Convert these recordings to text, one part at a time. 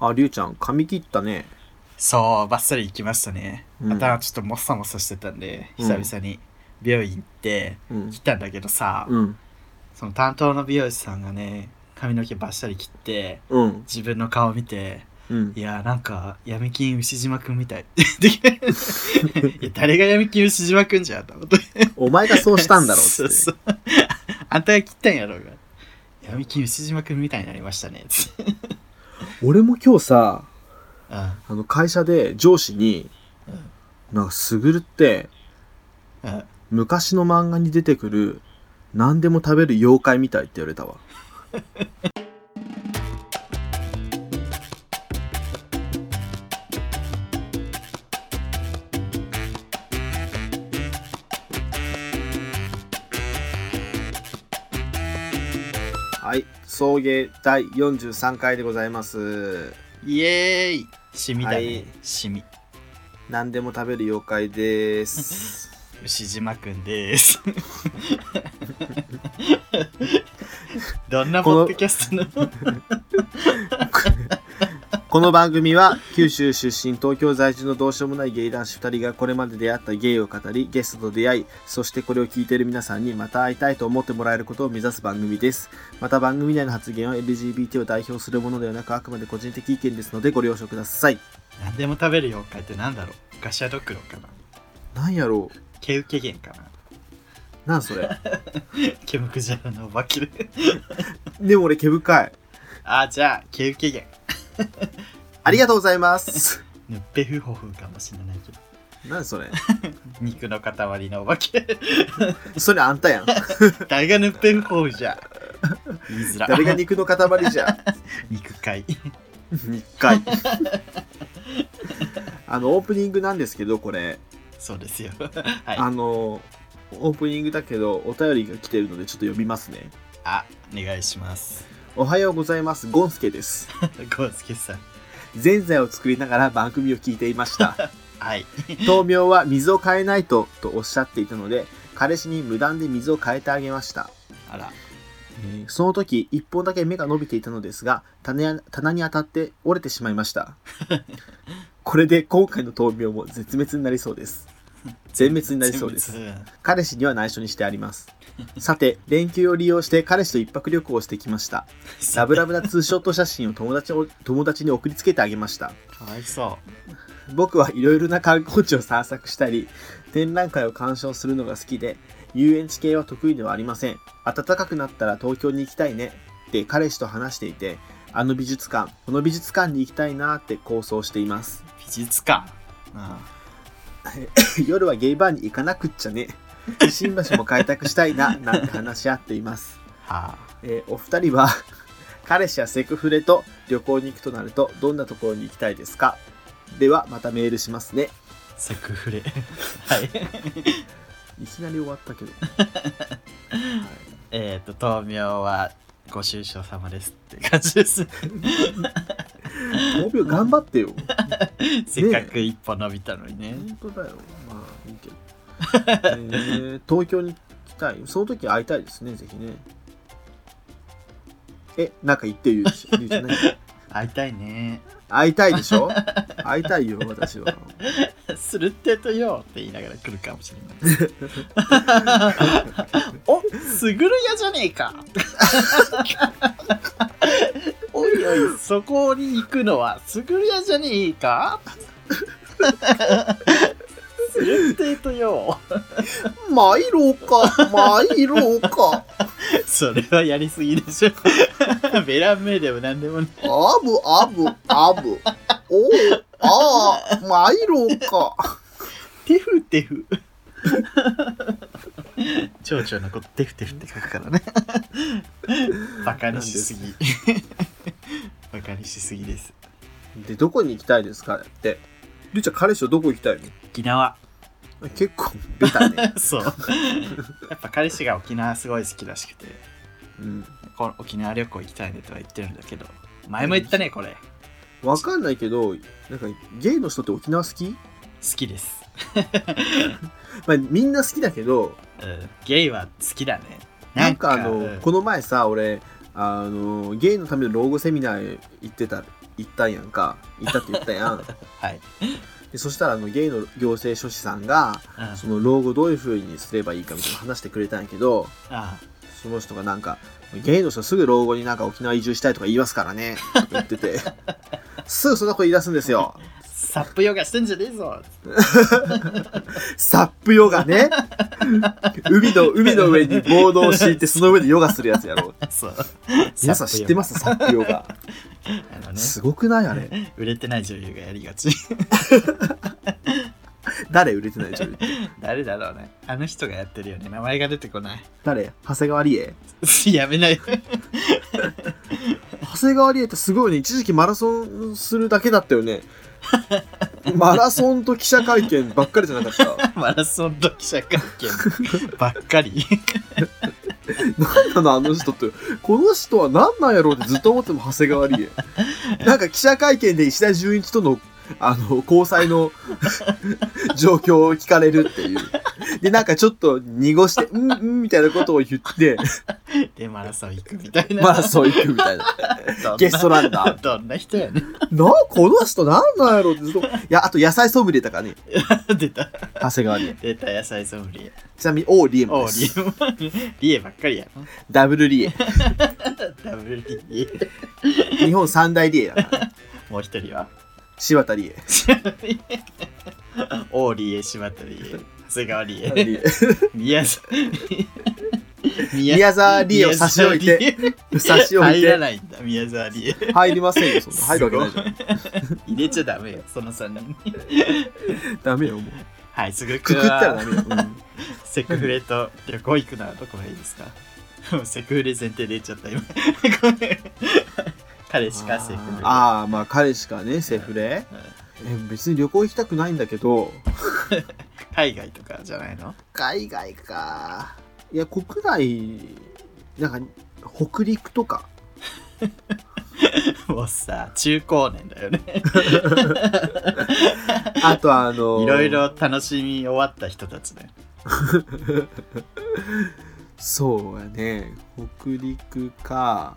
あ、りゅうちゃん、髪切ったね。そう、ばっさり行きましたね。うん頭ちょっともさもさしてたんで、うん久々に美容院行って、うん来。たんだけどさ、うん。その担当の美容師さんがね、髪の毛ばっさり切って、うん。自分の顔見て、うんい。やーなんか闇金牛島くんみ たい。でいや誰が闇金牛島くんじゃんと思って。お前がそうしたんだろうっつ そうって。そう。あんたが切ったんやろうが。闇金牛島くんみたいになりましたね。つって俺も今日さ、うんあの、会社で上司に、なんか、すぐるって、うん昔の漫画に出てくる、何でも食べる妖怪みたいって言われたわ。はい、送迎第43回でございます。イエーイシミだね、はいシミ。何でも食べる妖怪です。牛島くんです。 どんなポッドキャストのこの番組は九州出身東京在住のどうしようもないゲイ男子2人がこれまで出会ったゲイを語りゲストと出会いそしてこれを聞いている皆さんにまた会いたいと思ってもらえることを目指す番組ですまた番組内の発言は LGBT を代表するものではなくあくまで個人的意見ですのでご了承ください何でも食べる妖怪ってなんだろうガシャドクロかななんやろう毛受けゲンかななんそれ毛むくじゃらのお化けで。 でも俺毛深いあ、じゃあ、毛受けゲありがとうございますン。ヌッペフホフかもしれないけど。なんそれ肉の塊のお化け。 それあんたやん誰がヌッペフホフじゃ。言いづら。誰が肉の塊じゃん肉塊。一回あのオープニングなんですけどこれそうですよ。はい。あのオープニングだけどお便りが来てるのでちょっと読みますねあ、お願いします。 おはようございますゴンスケですゴースケさん。ぜんざいを作りながら番組を聞いていました はい。豆苗は水を変えないととおっしゃっていたので彼氏に無断で水を変えてあげましたあら。えーその時1本だけ芽が伸びていたのですが種や棚に当たって折れてしまいました これで今回の豆苗も絶滅になりそうです全滅になりそうです全滅。彼氏には内緒にしてありますさて連休を利用して彼氏と一泊旅行をしてきましたラブラブなツーショット写真を友達を友達に送りつけてあげましたかわいそ僕はいろいろな観光地を散策したり展覧会を鑑賞するのが好きで遊園地系は得意ではありません暖かくなったら東京に行きたいねって彼氏と話していてあの美術館この美術館に行きたいなって構想していますう。美術館。あ夜はゲイバーに行かなくっちゃね新橋も開拓したいななんて話し合っていますあ。えーお二人は 彼氏やセクフレと旅行に行くとなるとどんなところに行きたいですかではまたメールしますねセクフレ。 はい。いきなり終わったけど、えっと、豆苗はご愁傷様ですって感じです。はい、5秒頑張ってよせっかく一歩伸びたのにね。本当だよまあいいけど、えー東京に来たいその時会いたいですねぜひねえなんか言ってるでしょりゅうちゃん何会いたいね。 会いたいでしょ会いたいよ私はするってとよって言いながら来るかもしれない。 おすぐるやじゃねえか おいおい、そこに行くのはすぐるやじゃねえか するってとよ参ろうか参ろうかそれはやりすぎでしょ。 ベランメイでも何でもね。あぶあぶあぶ。おうああ、マイローか。テフテ フ。蝶々のことテフテフって書くからね。バカにしすぎ。バカにしすぎです。で、どこに行きたいですかって。りゅうちゃん、彼氏とどこ行きたいの沖縄。結構、ベタね。そう。やっぱ彼氏が沖縄すごい好きらしくて、うん。この沖縄旅行行きたいねとは言ってるんだけど、前も言ったね、これ。好わかんないけど、なんか、ゲイの人って沖縄好ききです。まあ、みんな好きだけど、うん、ゲイは好きだね。なんかあの、うんこの前さ、俺、あの、ゲイのための老後セミナー行ってた行ったんやんか行ったって言ったや んはい。でそしたらあのゲイの行政書士さんがうん、あその老後どういう風にすればいいかみたいな話してくれたんやけどあその人がなんかゲイの人はすぐ老後になんか沖縄移住したいとか言いますからねとか言って てすぐそんなこと言い出すんですよサップヨガしてんじゃねえぞサップヨガね海の海の上にボードを敷いてその上でヨガするやつやろ そう。皆さん知ってますサップヨガあのね、すごくないあれ売れてない女優がやりがち。 誰売れてない女優誰だろうね。あの人がやってるよね。名前が出てこない。誰長谷川理恵やめない。 長谷川理恵ってすごいね一時期マラソンするだけだったよねマラソンと記者会見ばっかりじゃなかったマラソンと記者会 見ばっかり。 何なのあの人ってこの人は何なんやろうってずっと思っても長谷川理恵なんか記者会見で石田純一とのあの交際の 状況を聞かれるっていうでなんかちょっと濁して「うんうん」みたいなことを言ってで、マラソン行くみたいな。マラソン行くみたいなどんなゲストランナーどんな人やね。なこの人何なんやろうってずっといやあと野菜ソムリエだからね 出た。長谷川理恵出た野菜ソムリエ。ちなみに王リエもでおう、すリエも、 リエばっかりやな。ダブルリエ。ダブルリエ。日本三大リエだから。もう一人は。柴田リエ。オーリエ、柴田リエ、長谷川リエ、リエ宮沢、宮沢リエを差し置いて、て、差し置い入らて、ないんだ、宮沢リエ。入りませんよ。そんな入るわけないいじゃん。入れちゃダメよ、その3人に。じゃん。ダメよ、もう。はい、すぐくくくったらダメよ。うんセクフレと旅行行くならどこがいいですか もうセクフレ前提で言っちゃった、今。 ごめん彼氏かセクフレ。あーあー、まあ彼しかね、セフレ。うんえ別に旅行行きたくないんだけど、海外とかじゃないの海外か。いや、国内、なんか、北陸と か。もうさ、中高年だよね。あとあのーいろいろ楽しみ終わった人たちね。そうやね北陸か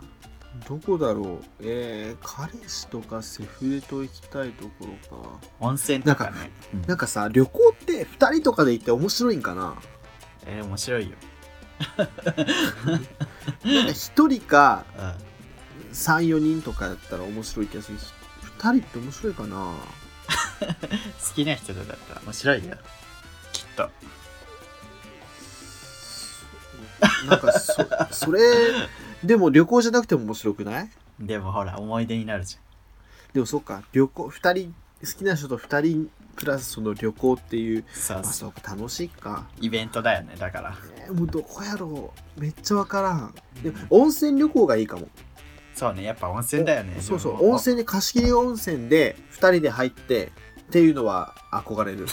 どこだろうえー、彼氏とかセフレと行きたいところか温泉とかね。うんなんかさ旅行って2人とかで行って面白いんかなえー、面白いよ。なんか1人かうん34人とかだったら面白い気がする2人って面白いかな好きな人とだったら面白いよ。きっと。なんか そそれでも旅行じゃなくても面白くないでもほら、思い出になるじでもそっか旅行2人好きな人と2人プラスその旅行っていうゃん。そあうそう。そうか楽しいかイベントだよね、だから。えーもうどこやろうめっちゃわからんでも温泉旅行がいいかもそうね、やっぱ温泉だよね。そうそうでも温。泉で貸し切り温泉で2人で入ってっていうのは憧れる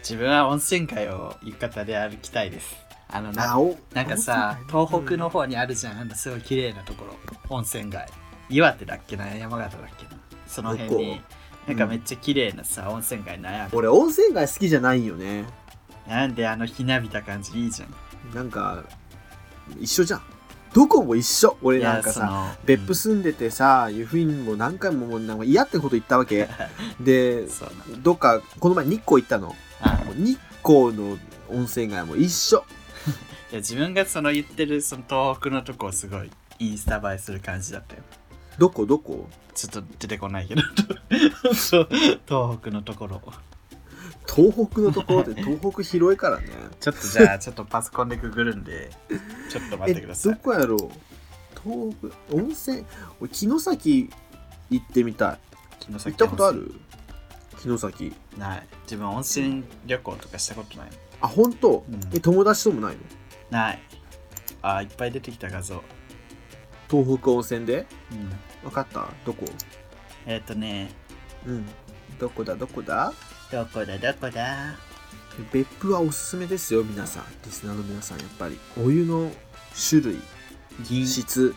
自分は温泉街を浴衣で歩きたいです。あの な、おなんかさ、温泉東北の方にあるじゃん。あのすごい綺麗なところ。温泉街。岩手だっけな、山形だっけな。その辺にどこ。なんかめっちゃ綺麗なさ、温泉街悩む。俺温泉街好きじゃないよねなんであのひなびた感じいいじゃん。なんか一緒じゃんどこも一緒俺いやなんかそさの別府住んでてさ、湯布院も何回ももうなんか嫌ってこと言ったわけでうんそうなのどっかこの前日光行ったのもあう日光の温泉街も一緒いや自分がその言ってるその東北のとこすごいインスタ映えする感じだったよどこどこちょっと出てこないけど そう東北のところ東北のところ で東北広いからねちょっとじゃあ ちょっとパソコンでググるんでちょっと待えってくださどいこやろう東北温泉俺城崎行ってみた城い行崎ったことある城崎温泉ない自分温泉旅行とかしたことないあ本当、うんえ友達ともないのないあーいっぱい出てきた画像、うん、東北温泉で分かったどこえっ、とねうんどこだどこだどこだどこだ別府はおすすめですよ皆さんリスナーの皆さんやっぱりお湯の種類銀質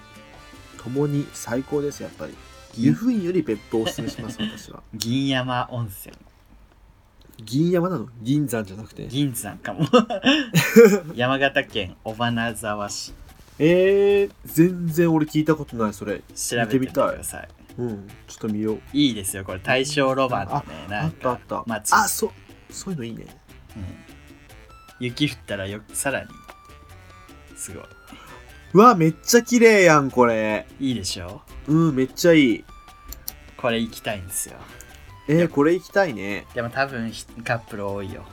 ともに最高ですやっぱり湯銀布院より別府をおすすめします 私は銀山温泉銀山なの銀山じゃなくて銀山か も山形県尾花沢市えー、全然俺聞いたことないそれ調べてみてくださいうん、ちょっと見よう。いいですよ、これ、大正ロマンのね、あなっんたあっか、た。街あ、そう、そういうのいいね。うん、雪降ったらよ、さらに、すごい。うわ、めっちゃ綺麗やん、これ。いいでしょうん、めっちゃいい。これ行きたいんですよ。えー、これ行きたいね。でも多分ひカップル多いよ。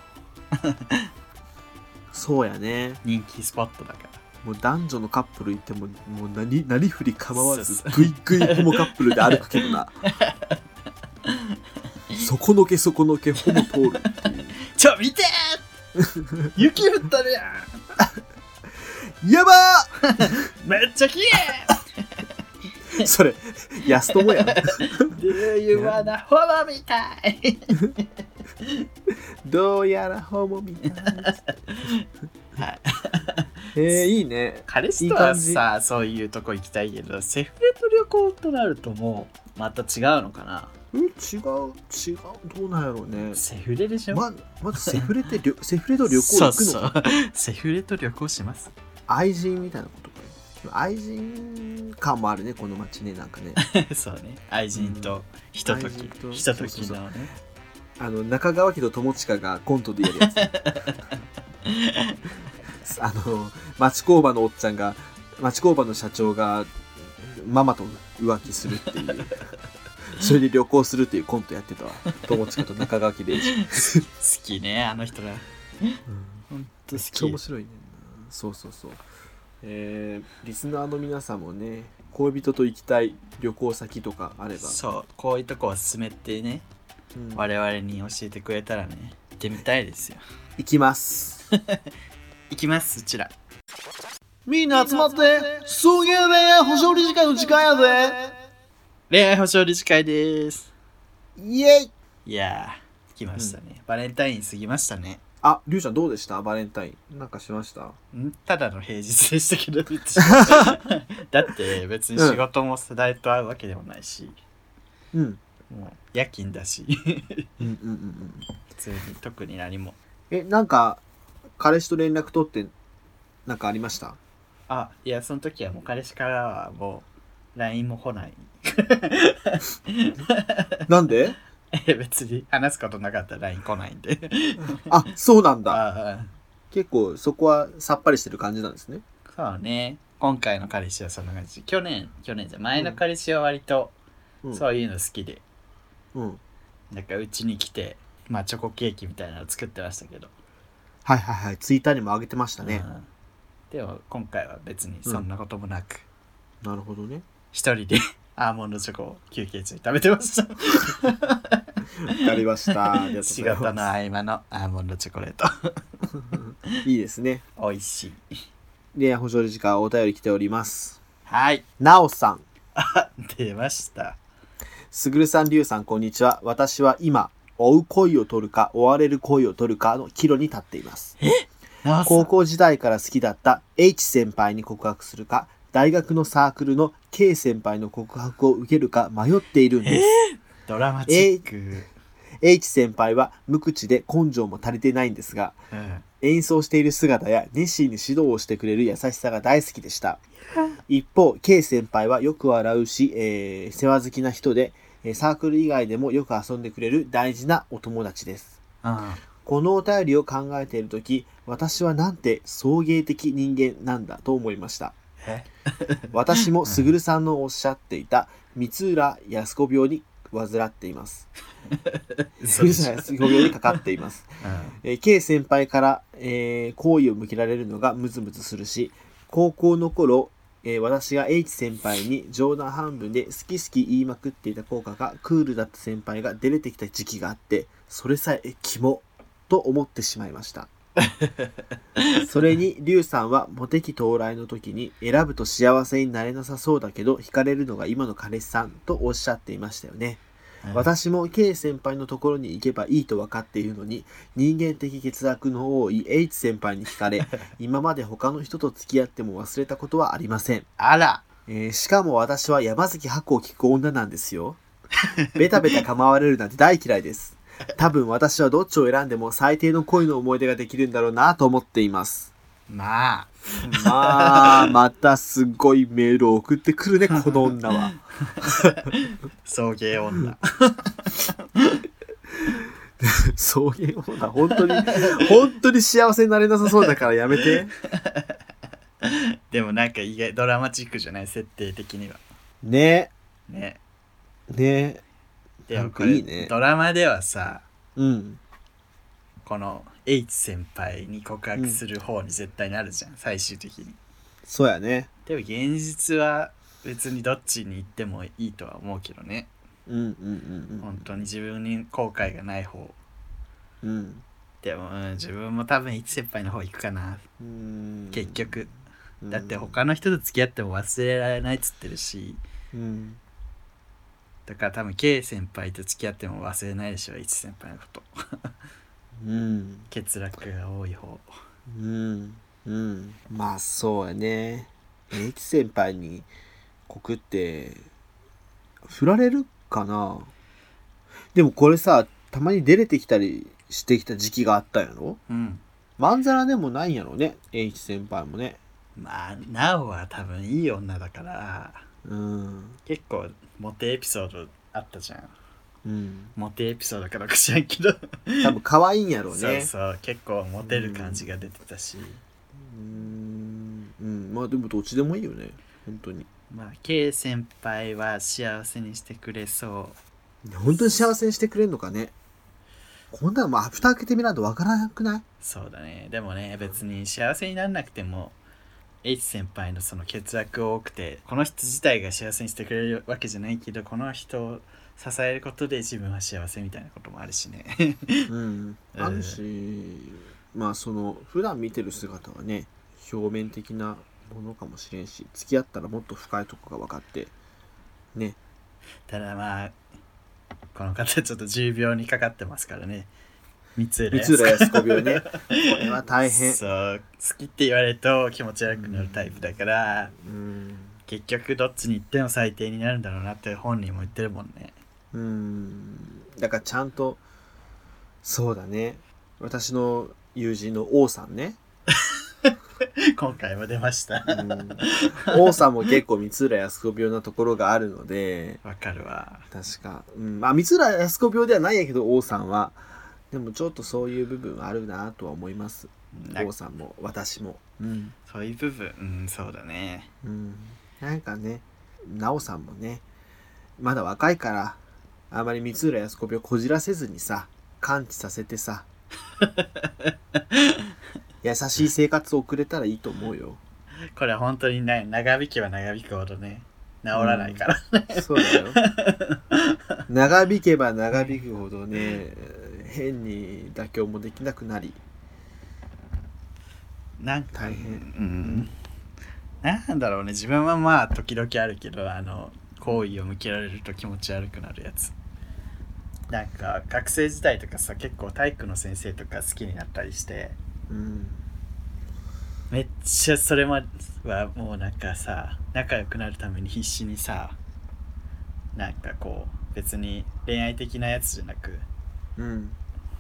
そうやね。人気スポットだから。もう男女のカップル行っても、もう何、何振り構わずそ、うぐいぐいホモカップルで歩くけど な。そこのけそこのけ、ホモ通るっていう。ちょ、 見てー雪降ったねやばめっちゃ綺麗ーそれ、安友 やん。 Do you wanna follow me かいどうやらホモみたい。はいえー、いいね。彼氏とはさそういうとこ行きたいけどセフレと旅行となるともうまた違うのかなうん、違う、違う、どうなんやろうね。セフレでしょ、ままずセフレってりょセフレと旅行そ行うくのそう セフレと旅行します 愛人みたいなことかね愛人感もあるねこの街ねなんかねそうね愛人とひとと愛人きとひとときそうそうのねあの中川家と友近がコントでやるや つあの町工場のおっちゃんが町工場の社長がママと浮気するって いうそれで旅行するっていうコントやってたわ友近と中川家で、うん、好きねあの人 がほんとめ好っちゃき面白いねんなそうそうそうえー、リスナーの皆さんもね恋人と行きたい旅行先とかあれば、そうこういうとこを勧めてねうん行我々に教えてくれたらね行ってみたいですよきます 行きますうちらみんな集まって送迎恋愛保証理事会の時間やで恋愛保証理事会ですイエイいやー来ましたね、バレンタイン過ぎましたねありゅうちゃんどうでしたバレンタインなんかしましたんただの平日でした けどだって別に仕事も世代と会うわけでもないし、うんもう夜勤だし うんうんうんうん普通に特に何もえなんか彼氏と連絡取ってなんかありま したあいやその時はもう彼氏からはもう LINE も来ない なんでえ別に話すことなかったら LINE 来ないんであそうなんだああ結構そこはさっぱりしてる感じなんですねそうね今回の彼氏はそんな感じ去年去年じゃ前の彼氏は割とうんそういうの好きで、うんなんかうちに来て、まあ、チョコケーキみたいなの作ってましたけど、はいはいはい、ツイッターにも上げてましたねう。んでも今回は別にそんなこともなく、なるほどね。一人で アーモンドチョコを休憩中に食べてましたわかりま した。ありがとうございます仕事の合間のアーモンドチョコレート いいですね。美味しい恋愛保証理事からお便り来ております。はいなおさん、出ましたすぐるさん、りゅうさん、こんにちは。私は今、追う恋を取るか、追われる恋を取るかの岐路に立っています。なおさん高校時代から好きだった H 先輩に告白するか、大学のサークルの K 先輩の告白を受けるか迷っているんです。ドラマチック、 H 先輩は無口で根性も足りてないんですが、うん演奏している姿や熱心に指導をしてくれる優しさが大好きでした一方 K 先輩はよく笑うし、えー世話好きな人でえーサークル以外でもよく遊んでくれる大事なお友達ですうんこのお便りを考えている時私はなんて送迎的人間なんだと思いましたえ 私もすぐるさんのおっしゃっていた三浦靖子病に患っています嘘三でしょ浦靖子病にかかっていますうんえー K 先輩から、えー好意を向けられるのがムズムズするし高校の頃、えー私が H 先輩に冗談半分で好き好き言いまくっていた効果がクールだった先輩が出れてきた時期があってそれさえキモと思ってしまいましたそれにリュウさんはモテ期到来の時に選ぶと幸せになれなさそうだけど惹かれるのが今の彼氏さんとおっしゃっていましたよね私も K 先輩のところに行けばいいと分かっているのに人間的欠落の多い H 先輩に惹かれ今まで他の人と付き合っても忘れたことはありません、あらえーしかも私は山崎白を聞く女なんですよベタベタ構われるなんて大嫌いです多分私はどっちを選んでも最低の恋の思い出ができるんだろうなと思っていますまあまあ、またすごいメールを送ってくるね、この女は。送 迎女そういうものは本当に、 本当に幸せになれなさそうだからやめて。でもなんか意外ドラマチックじゃない設定的にはねねねでもこなんかれいいねドラマではさうん。この H 先輩に告白する方に絶対なるじゃん、最終的にそうやね。でも現実は別にどっちに行ってもいいとは思うけどねうんうんうん本当に自分に後悔がない方うん。うん。でも、うん自分も多分一先輩の方行くかなうん結局うんだって他の人と付き合っても忘れられないっつってるしうんだから多分 K 先輩と付き合っても忘れないでしょ一先輩のことうん欠落が多い方うんうんまあそうやね H 先輩に告って振られるかなでもこれさたまに出れてきたりしてきた時期があったんやろうんまんざらでもないんやろね H 先輩もねまあなおは多分いい女だからうん結構モテエピソードあったじゃんうんモテエピソードかどうか知らんけど 多分可愛いんやろうねそうそう結構モテる感じが出てたし、うんうんまあでもどっちでもいいよね本当にまあ K 先輩は幸せにしてくれそう本当に幸せにしてくれるのかねこんなのもうアフター開けてみないとわからなくないそうだねでもね別に幸せにならなくても H 先輩のその欠落多くてこの人自体が幸せにしてくれるわけじゃないけどこの人を支えることで自分は幸せみたいなこともあるしね うん、うんあるし、まあその普段見てる姿はね表面的なものかもしれんし付き合ったらもっと深いとこが分かってねただまあこの方ちょっと重病にかかってますからね三浦三浦靖子病ねこれは大変そう好きって言われると気持ち悪くなるタイプだから、うん結局どっちに行っても最低になるんだろうなって本人も言ってるもんね うんだからちゃんとそうだね私の友人の王さんね、今回も出ました うん王さんも結構三浦靖子病なところがあるのでわかるわ確か、うん、まあ三浦靖子病ではないんやけど王さんはでもちょっとそういう部分はあるなとは思いますなん王かさんも私もうん、そういう部分うんそうだねうん、なんかね奈緒さんもねまだ若いからあまり三浦靖子病こじらせずにさ完治させてさ優しい生活を送れたらいいと思うよこれ本当にね長引きは長引くほどね治らないから、そうだよ長引けば長引くほどね変に妥協もできなくなりなんか大変うんなんだろうね自分はまあ時々あるけどあの好意を向けられると気持ち悪くなるやつなんか学生時代とかさ結構体育の先生とか好きになったりしてうんめっちゃそれまはもうなんかさ仲良くなるために必死にさなんかこう別に恋愛的なやつじゃなくうん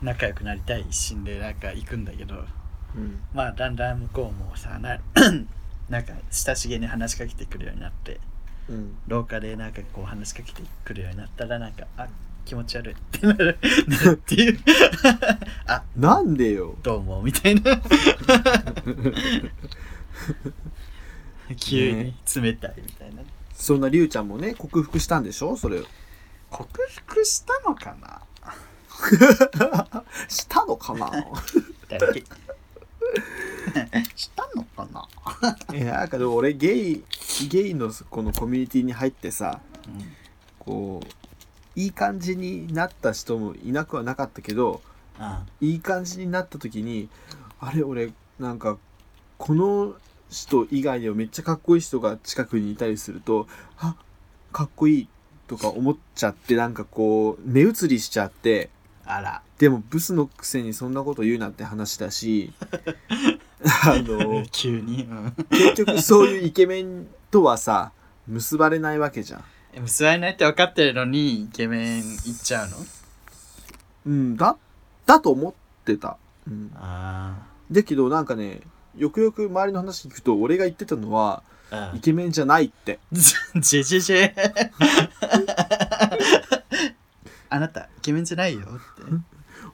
仲良くなりたい一心でなんか行くんだけどうんまあだんだん向こうもさな なんか親しげに話しかけてくるようになってうん廊下でなんかこう話しかけてくるようになったらなんかあ気持ち悪いってなる っていうあなんでよどうもみたいな 急に冷たいみたいな、そんなりゅうちゃんもね克服したんでしょそれを克服したのかなしたのかなだけ したのかな、えなんかでも俺ゲイゲイのこのコミュニティに入ってさこういい感じになった人もいなくはなかったけどあいい感じになった時にあれ俺なんかこの人以外にもめっちゃかっこいい人が近くにいたりするとあかっこいいとか思っちゃってなんかこう目移りしちゃってあらでもブスのくせにそんなこと言うなって話だしあの急に、うん結局そういうイケメンとはさ結ばれないわけじゃん。え結ばれないって分かってるのにイケメン行っちゃうのうん、だだと思ってた。うん、あだけどなんかねよくよく周りの話聞くと俺が言ってたのはうんイ ケメンじゃないってじじじ あなたイケメンじゃないよって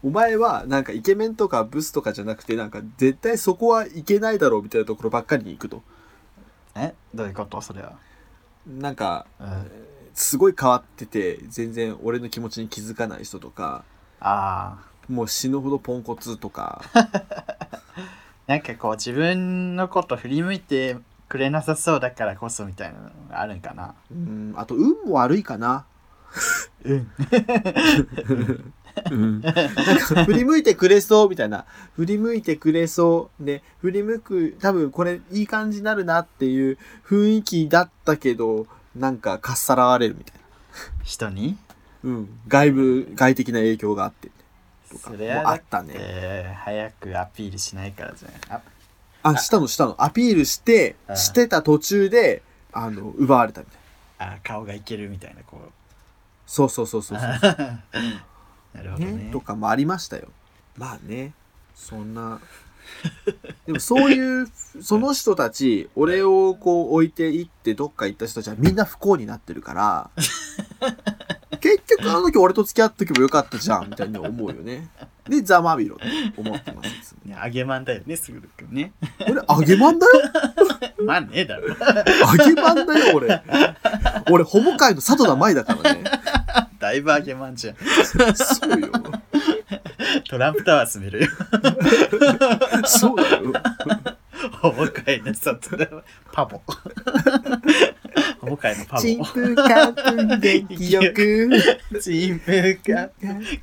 お前はなんかイケメンとかブスとかじゃなくてなんか絶対そこはいけないだろうみたいなところばっかりに行くとえどういうことそれは、なんかうん、あすごい変わってて全然俺の気持ちに気づかない人とかあもう死ぬほどポンコツとかなんかこう自分のこと振り向いてくれなさそうだからこそみたいなのがあるんかなうんあと運も悪いかなうん うんなんか振り向いてくれそうみたいな振り向いてくれそうで振り向く多分これいい感じになるなっていう雰囲気だったけどなんかかっさらわれるみたいな、人にうん、外部外的な影響があってとかそもれはあだっってたね早くアピールしないからじゃないあしたのしたのアピールしてうんしてた途中であの奪われたみたいなああ顔がいけるみたいなこう そうそうそうそうそうなるほどねね、とかもありましたよまあねそんな でもそういうその人たち俺をこう置いていってどっか行った人たちはみんな不幸になってるから 結局あの時俺と付き合っとけばよかったじゃんみたいに思うよねでザ・マビロって思ってますいつもねあげまんだよねすぐるくんね 俺揚げまんだよまあねえだろ揚げまんだよ俺俺ホモ界の里田舞だから ねだいぶあげまんじゃんそうよトランプタワー住めるよ そうだよおもかいの里だわパボ おもかいのパボチンプカンプンで記憶チンプか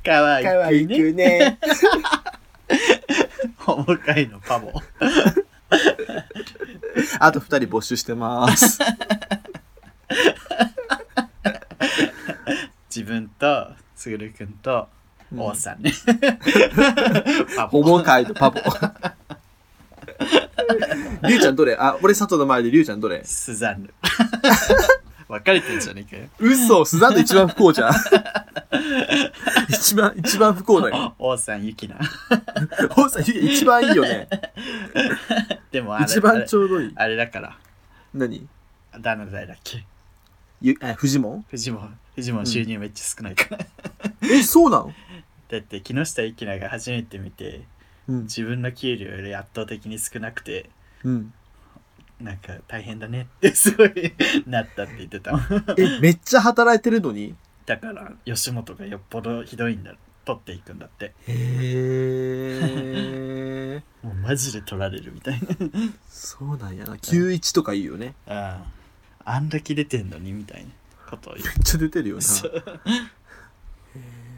かわいかわいいねくね。おもかいのパボあと二人募集して ます。自分とすぐるくんとうん王さ んねパホモ会とパ ポ。りゅうちゃんどれあ、俺佐藤の前でりゅうちゃんどれスザンヌ 別れてんじゃねえ嘘、スザンヌ一番不幸 じゃん。一番、一番不幸だかよ。よ王さんゆきなホウさん、一番いいよね。でもあれ一番ちょうどいい。あれだから何誰の代だっけゆえ、フジモンフジモンフジモン収入めっちゃ少ないから、え、そうなの だって木下ゆきなが初めて見てうん。自分の給料より圧倒的に少なくてうん。なんか大変だねって すごいなったって言って たもんえ、めっちゃ働いてるのにだから吉本がよっぽどひどいんだ取っていくんだってへー。もうマジで取られるみたい そうなんやな。91とかいいよね。 なあああんだけ出てんのにみたいなことを言めっちゃ出てるよな。う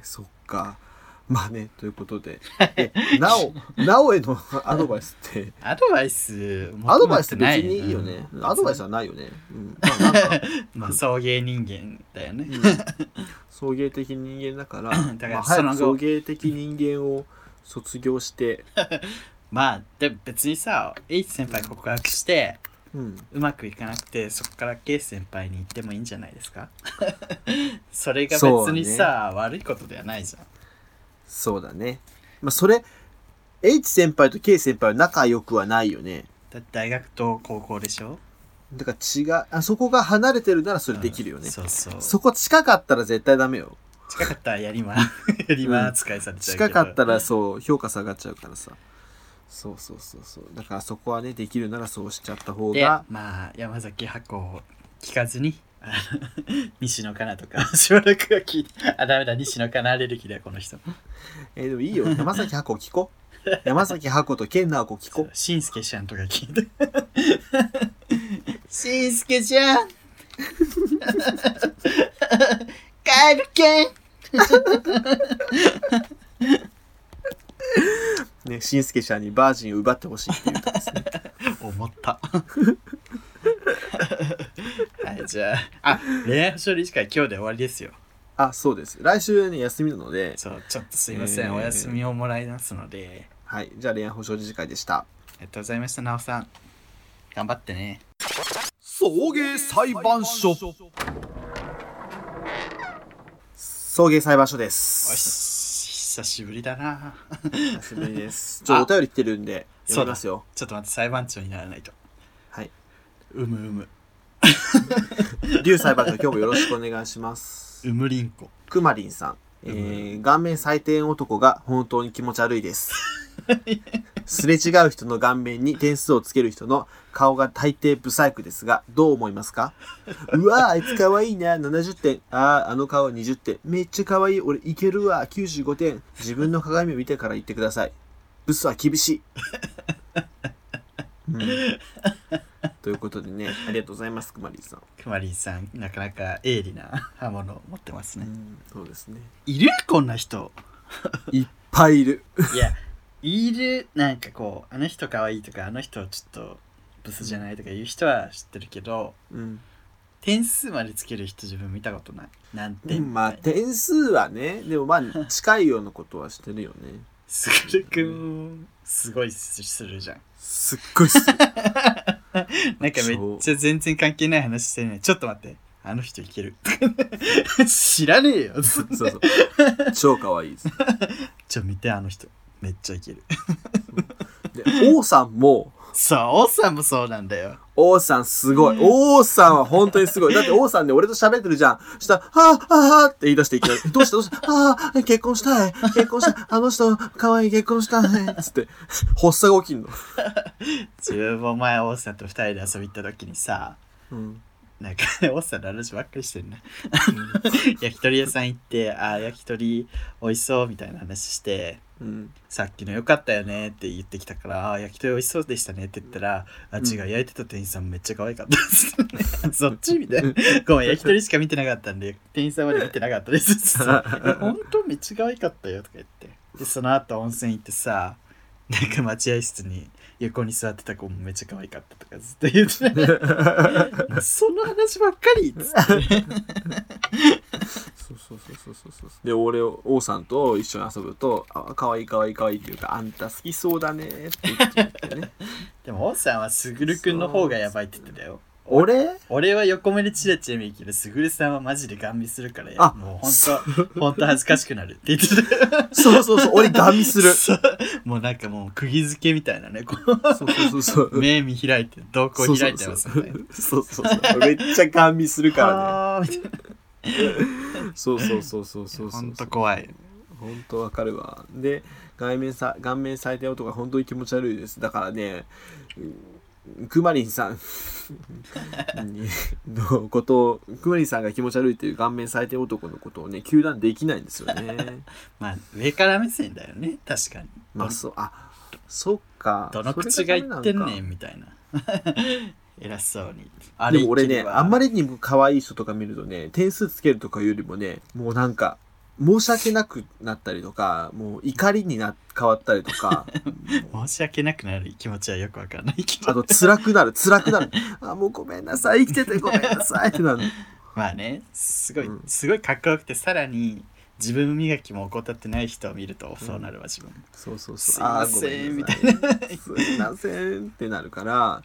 そっか。まあね、ということで。えなお、なおへのアドバイスって、アドバイス求めてないアドバイスって別にいいよね。うんアドバイスはないよね。うん。まあなんか、まあ送迎人間だよねうん、送迎的人間だから、からまあ、そ早のく後送迎的人間を卒業して、まあでも別にさ H 先輩告白してうん。うまくいかなくてそこから K 先輩に行ってもいいんじゃないですか それが別にさ、悪いことではないじゃんそうだね。まあそれ、H 先輩と K 先輩は仲良くはないよね。だって大学と高校でしょだから違う、あそこが離れてるならそれできるよね。うんそうそうそこ近かったら絶対ダメよ。近かったらやりま やりま扱いされちゃうけど近かったらそう評価下がっちゃうからさそうそうそうそうだからそこはねできるならそうしちゃった方でがまあ山崎箱を聞かずにあの 西野カナとか しばらくは聞いてあダメだ西野カナアレルギーだよこの人えーでもいいよ山崎箱聞こう山崎箱と健直子聞こしんすけちゃんとか聞いて しんすけちゃん帰るけんうねしんすけちゃんにバージンを奪ってほしいっていう歌ですね思 った。はい、じゃあ、あ、恋愛処理しか今日で終わりですよ。あそうです来週ね休みなのでそう、ちょっとすいません、えーお休みをもらいますので、はいじゃあ恋愛保障理事会でしたありがとうございました、なおさん。頑張ってね。送迎裁判所送迎裁判所でおし、す久しぶりだな。久しぶりですちょあお便り来てるんで読みますよちょっと待って裁判長にならないとはい。うむうむ竜裁判官今日もよろしくお願いしますうむりんこくまりんさん、えー、顔面採点男が本当に気持ち悪いですすれ違う人の顔面に点数をつける人の顔が大抵ブサイクですがどう思いますかうわーあいつかわいいな70点あああの顔は20点めっちゃかわいい俺いけるわ95点自分の鏡を見てから言ってくださいブスは厳しい、うんということでねありがとうございますくまりんさんくまりんさんなかなか鋭利な刃物を持ってますねそうですね。いるこんな人いっぱいいる。い やいるなんかこうあの人可愛いとかあの人ちょっとブスじゃないとかいう人は知ってるけどうん。点数までつける人自分見たことないなんてまあ点数はね、で もまあ近いようなことはしてるよね。すぐるくんすごいするじゃんすっごい っす。なんかめっちゃ全然関係ない話してるねちょっと待ってあの人いける 知らねえよそうそう。超可愛いです。 ちょ見てあの人めっちゃいけるで、王さんも、そう王さんもそうなんだよ王さんすごい。王さんは本当にすごい。だって王さんね、俺と喋ってるじゃん。そしたら、はぁ、はぁ、はぁって言い出していきなり、どうしたどう したああ、結婚したい。結婚したい。あの人、可愛い結婚したい。つって、発作が起きんの。自分も前王さんと二人で遊び行った時にさうん。なんか王さんの話ばっかりし てるね焼き鳥屋さん行ってあー焼き鳥美味しそうみたいな話してうん。さっきの良かったよねって言ってきたから、あー焼き鳥美味しそうでしたねって言ったら、あ、うん違う、焼いてた店員さんめっちゃ可愛かったです、 ね。そっちみたいな。ごめん、焼き鳥しか見てなかったんで、店員さんまで見てなかったで す。つってえ本当めっちゃ可愛かったよとか言って。で、その後温泉行ってさ、なんか待合室に横に座ってた子もめっちゃ可愛かったとかずっと言ってて もうその話ばっかりっつって。そうそうそうそうそうそうで俺を王さんと一緒に遊ぶと「あ可愛い可愛い可愛いっていうか「あんた好きそうだね」って言ってきてねでも、王さんはすぐるくんの方がやばいって言ってたよ。 俺俺は横目でチラチラ見るけど、すぐるさんはマジでガン見するからや。あもうほんと、ほんと恥ずかしくなるって言ってた。そうそう そう俺ガン見するそうもうなんかもう釘付けみたいなね、こそうそうそうう、目見開いて、瞳そ孔うそ開いうてそまうすそみうたいな。 そうそうめっちゃガン見するかあーみたいならねそうそうそうそうそうそほうんそとう怖い。ほんとわかるわで顔面さ顔面最低男が本当に気持ち悪いですだからねうんくまりんさん にのことをくまりんさんが気持ち悪いっていう顔面最低男のことをね糾弾できないんですよ ねまあ、上から目線だよね、確かに。まあそうあそっかどの口が言っそれてんがダメなねのかんみたいな。 偉そうに。あでも俺ねあんまり。りにも可愛い人とか見るとね点数つけるとかよりもねもうなんか申し訳なくなったりとかもう怒りにな変わったりとか申し訳なくなる気持ちはよくわかんないけあど。と辛くなる辛くなる あもうごめんなさい生きててごめんなさいってなるまあね、すごい、うんすごいかっこよくて、さらに自分磨きも怠ってない人を見ると、そうなるわ、自分。そうそうすそいうあまーごせめん、んみなさたいいな。すいませんってなるから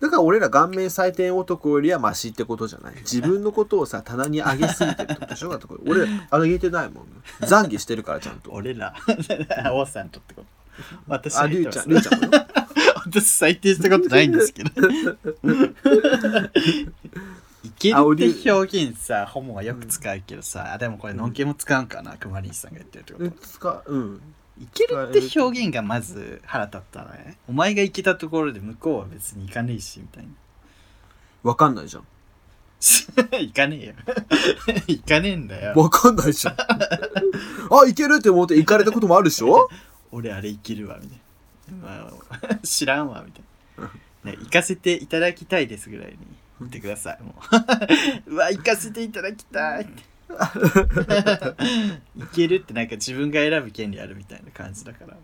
だから俺ら顔面採点男よりはマシってことじゃない自分のことをさ棚に上げすぎてるってことでしょだってこれ俺ら上げてないもん懺悔してるからちゃんと俺ら、王さんとってこと。私あはりゅ言っうてちまゃんりすゅうちゃんもよ私最低したことないんですけど。いけあおるりゅうって表現さ、ホモはよく使うけどさ、あでもこれ、のんけも使うんかな、くまりんさんが言ってるってことうん。使ううんいけるって表現がまず腹立ったね。お前が行けたところで向こうは別に行かねえし、みたいな。 わかんないじゃん行かねえよ。 行かねえんだよ。わかんないじゃんあいけるって思って行かれたこともあるでしょ俺あれ行けるわ、みたいな。まあ、 知らんわ、みたいな。ね、行かせていただきたいですぐらいに言ってください。もう うわ、行かせていただきたい って。行けるってなんか自分が選ぶ権利あるみたいな感じだから。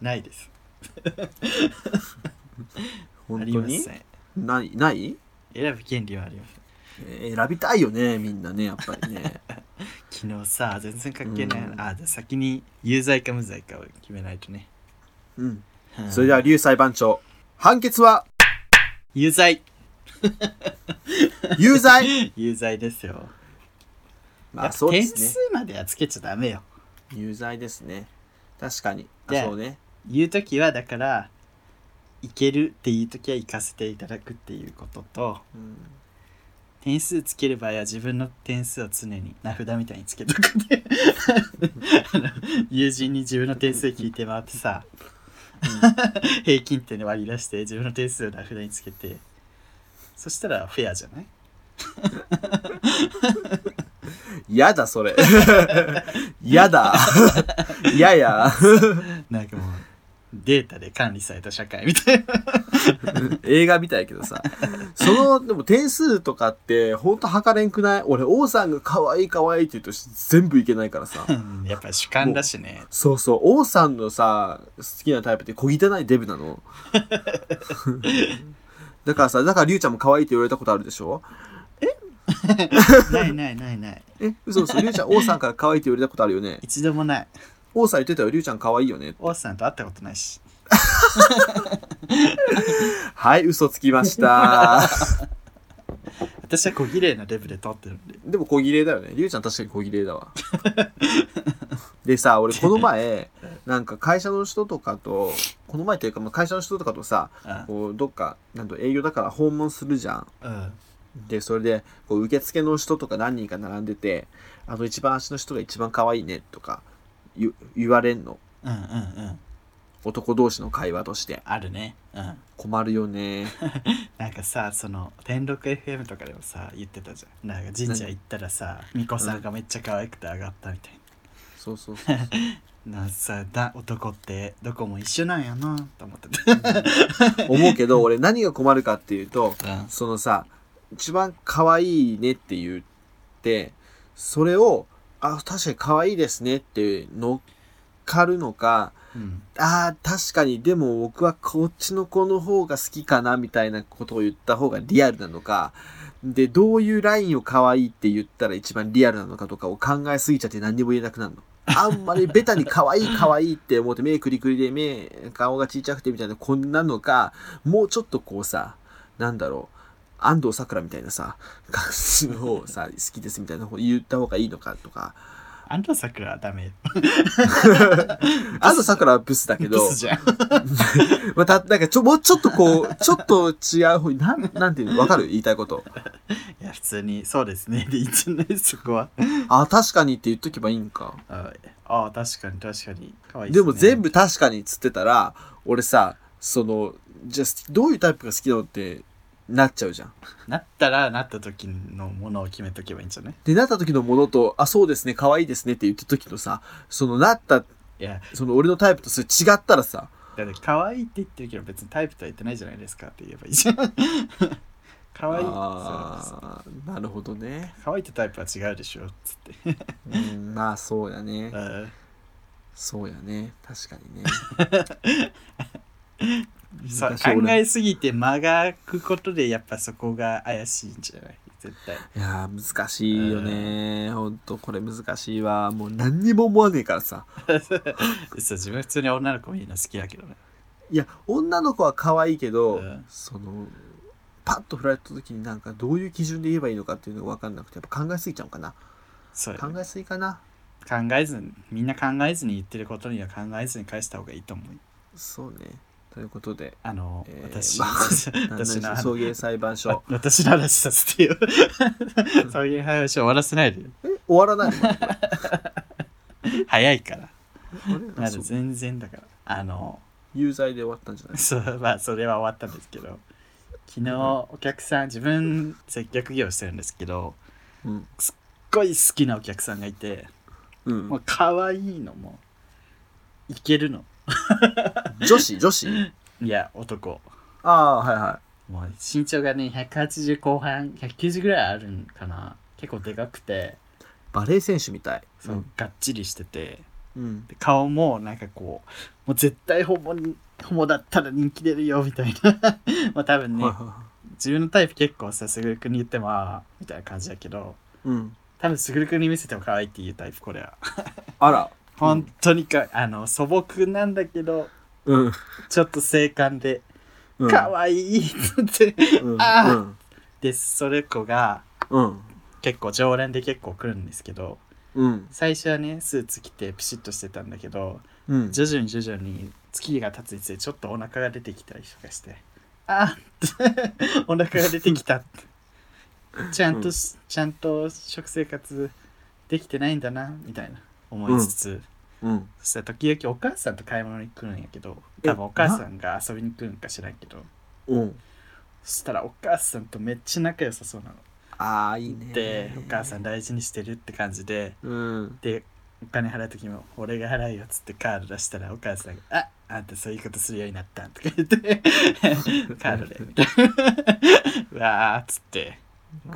ないです。あ本り当まにせん。ないない選ぶ権利はありません。えー選びたいよねみんなねやっぱりね 昨日さ全然関係ない、うんあじゃあ先に有罪か無罪かを決めないとね、うんうんそれでは劉裁判長判決は有罪 有罪有罪ですよ まやっあぱそうで点す数 ね。まではつけちゃダメよ有罪ですね。確かに。あでそうね。言う時はだから行けるっていう時は行かせていただくっていうこととうん点数つける場合は自分の点数を常に名札みたいにつけとくんであの 友人に自分の点数聞いて回ってさ、平均点で割り出して自分の点数を名札につけてそしたらフェアじゃないやだ それや だやや なんかもうデータで管理された社会みたいな映画みたいやけどさそのでも点数とかってほんと測れんくない俺王さんが可愛い可愛いって言うと全部いけないからさうんやっぱ主観だしねそうそう王さんのさ好きなタイプって小汚いデブなのだからさだからりゅうちゃんも可愛いって言われたことあるでしょないないないないえ嘘嘘りゅうちゃん王さんから可愛いって言われたことあるよね一度もない王さん言ってたよりゅうちゃん可愛いよね王さんと会ったことないしはい嘘つきました私は小綺麗なレベルで通ってる んででも小切れだよねりゅうちゃん確かに小切れだわでさ俺この前なんか会社の人とかとこの前っていうかまあ会社の人とかとさうこうどっかなんと営業だから訪問するじゃんん、うん、でそれでこう受付の人とか何人か並んでて「あの一番足の人が一番可愛いね」とか言言われんのうんうんうん男同士の会話としてあるねうん困るよねなんかさその天禄 FM とかでもさ言ってたじゃんなんか神社行ったらさ巫女さんがめっちゃ可愛くて上がったみたいそうそうそうな,、なんかさだ男ってどこも一緒なんやなと思ってて思うけど俺何が困るかっていうとうんそのさ一番可愛いねって言ってそれを「あ確かに可愛いですね」って乗っかるのか うんあー確かにでも僕はこっちの子の方が好きかなみたいなことを言った方がリアルなのかでどういうラインを可愛いって言ったら一番リアルなのかとかを考えすぎちゃって何にも言えなくなるのあんまりベタに可愛い可愛いって思って目くりくりで目顔が小さくてみたいなこんなのかもうちょっとこうさなんだろう安藤サクラみたいなさ 感じの方をさ好きですみたいな方言った方がいいのかとか安藤サクラはダメ安藤サクラはブスだけどブスじゃんまた、なんかちょ、もうちょっとこ う、ちょっと違う方に、なん、なんていうの、わかる言いたいこと。いや普通にそうですねでいいんじゃないそこはあ、確かにって言っとけばいいんか。ああ確かに確かに可愛いすでねも全部確かにっつってたら、俺さ、その、じゃあどういうタイプが好きなのって、なっちゃうじゃん。っなったらなった時のものを決めとけばいいんじゃないてなった時のものと、あ、そうですね、可愛いですねって言った時のさ、そのなった、いやその俺のタイプとそれ違ったらさ、だって可愛いって言ってるけど別にタイプとは言ってないじゃないですかって言えばいいじゃん 可愛いそうあーなるほどね。可愛いとタイプは違うでしょっつってうん、まあそうやね。あそうやね。確かにね。ーそう昔俺考えすぎて間が空くことでやっぱそこが怪しいんじゃない絶対いやー難しいよね、ほんとこれ難しいわもう何にも思わねえからさそう自分普通に女の子見るの好きだけどねいや女の子は可愛いけど、うんそのパッと振られた時になんかどういう基準で言えばいいのかっていうのが分かんなくてやっぱ考えすぎちゃうかなそう考考えすぎかなえずにみんな考えずに言ってることには考えずに返した方がいいと思うそうねということであの、えー私、まあ 私の何々送迎裁判わ所私の話させてよ。 そういう話終わらせないでよ。え終わらない の早いかあら。れまあだそう全然だから。あの、有罪で終わったんじゃないそう、まあ、それは終わったんですけど、昨日、お客さん、自分、接客業してるんですけど、うんすっごい好きなお客さんがいて、うんもう、可愛いのも、いけるの。女子女子いや、男。ああはいはもう、身長がね、180後半、190ぐらいあるんかな。結構でかくて、いバレー選手みたいそう、がっちりしてて、うんで顔もなんかこうもう絶対ホモにホモだったら人気出るよみたいな まあ多分ね、はいはいは自分のタイプ結構さすぐるくんに言ってもああみたいな感じだけどいうん多分すぐるくんに見せても可愛いっていうタイプこれはあら本当にか、あの素朴なんだけどうん、ちょっと静観でう「ん、可愛いって言ってうんあーうんでそれ子がうん。結構常連で結構来るんですけどうん最初はねスーツ着てピシッとしてたんだけどうん徐々に徐々に月が経つにつれちょっとお腹が出てきたりとかしてあ ーお腹が出てき たってちゃんとし、ちゃんと食生活できてないんだなみたいな思いつつ、うんそしたら時々お母さんと買い物に来るんやけど多分お母さんが遊びに来るんか知らんけどうんそしたらお母さんとめっちゃ仲良さそうなのああいいねでお母さん大事にしてるって感じでうんでお金払う時も「俺が払うよ」っつってカード出したらお母さんが「ああんたそういうことするようになったん」とか言って カードでみたいなうわーっつって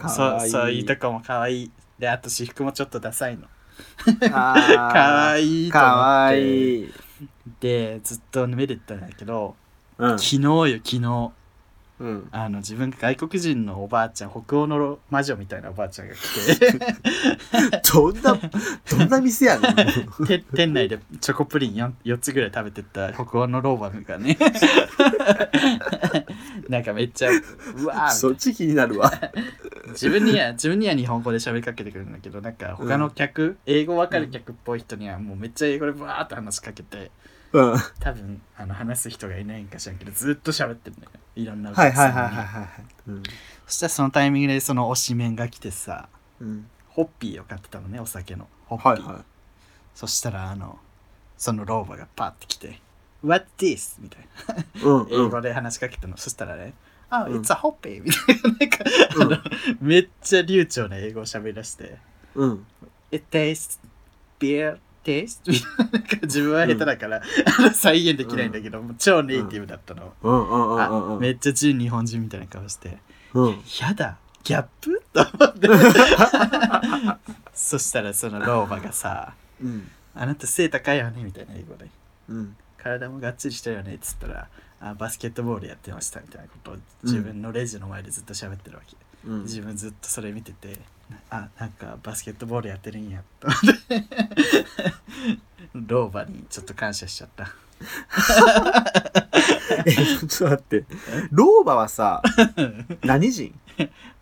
そうそういうとこもかわいいであと私服もちょっとダサいのかわかいいと思ってかわいいでずっと目で言ったんだけど、うん昨日よ昨日うんあの自分が外国人のおばあちゃん北欧の魔女みたいなおばあちゃんが来てどんなどんな店やねんて店内でチョコプリン 4, 4つぐらい食べてった北欧の老婆がね なんかめっちゃうわーそっち気になるわ自分には自分には日本語で喋りかけてくるんだけどなんか他の客、英語わかる客っぽい人にはもうめっちゃ英語でバーっと話しかけてうんはい多分あの話す人がいないんか知らんけどずっと喋ってるのよいろんなおはい客はさんいにはいはいうんそしたらそのタイミングでその推しメンが来てさうんホッピーを買ってたのねお酒のホッピー、はいはそしたらあのその老婆がパッて来て「What's this?」みたいないうんう英ん語で話しかけたの、そしたらね「あ、うん It's a hoppy」みたいななんか、うんあのめっちゃ流暢な英語を喋り出してうん「It tastes beer taste」みたいななんか自分は下手だから、あの再現できないんだけど、もう超ネイティブだったの、うんうんうんうんあうんめっちゃ純日本人みたいな顔してうん「やだギャップ?」と思って そしたらその老婆がさうん「あなた背高いよね」みたいな英語でうん体もがっちりしたよねっつったらあバスケットボールやってましたみたいなことを自分のレジの前でずっと喋ってるわけ、うん自分ずっとそれ見ててあなんかバスケットボールやってるんやと 老婆にちょっと感謝しちゃったえちょっと待って老婆はさ何人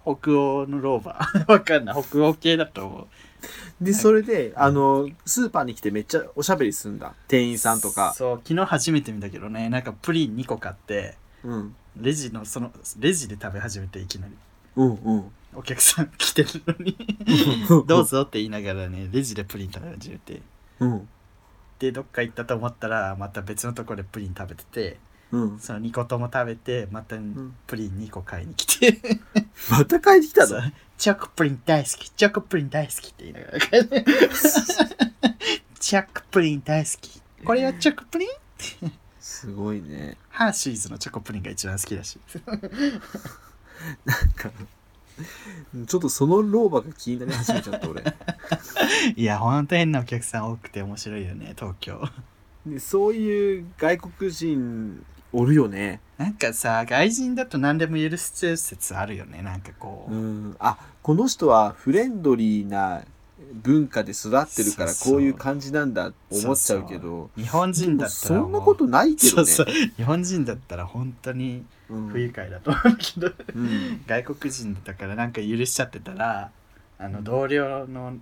北欧の老婆 わかんない北欧系だと思うでそれであのスーパーに来てめっちゃおしゃべりすんだ店員さんとかそう昨日初めて見たけどねなんかプリン2個買ってうんレジのそのレジで食べ始めていきなりうんうんお客さん来てるのに どうぞって言いながらねレジでプリン食べ始めてうんでどっか行ったと思ったらまた別のところでプリン食べててうんその2個とも食べてまたんプリン2個買いに来て、また帰ってきたそ のうチョコプリン大好きチョコプリン大好きって言いながら帰ってチョコプリン大好きこれはチョコプリンすごいねハーシーズのチョコプリンが一番好き だしちょっとその老婆が気になり始めちゃった 俺いやほんと変なお客さん多くて面白いよね東京でそういう外国人おるよねなんかさ外人だと何でも許す説あるよねなんかこう、うんあこの人はフレンドリーな文化で育ってるからそうそうこういう感じなんだって思っちゃうけど日本人だったらそもうんなことないけそどうねそう日本人だったら本当にうん不愉快だと思うけど、うん 外国人だからなんか許しちゃってたらあの同僚の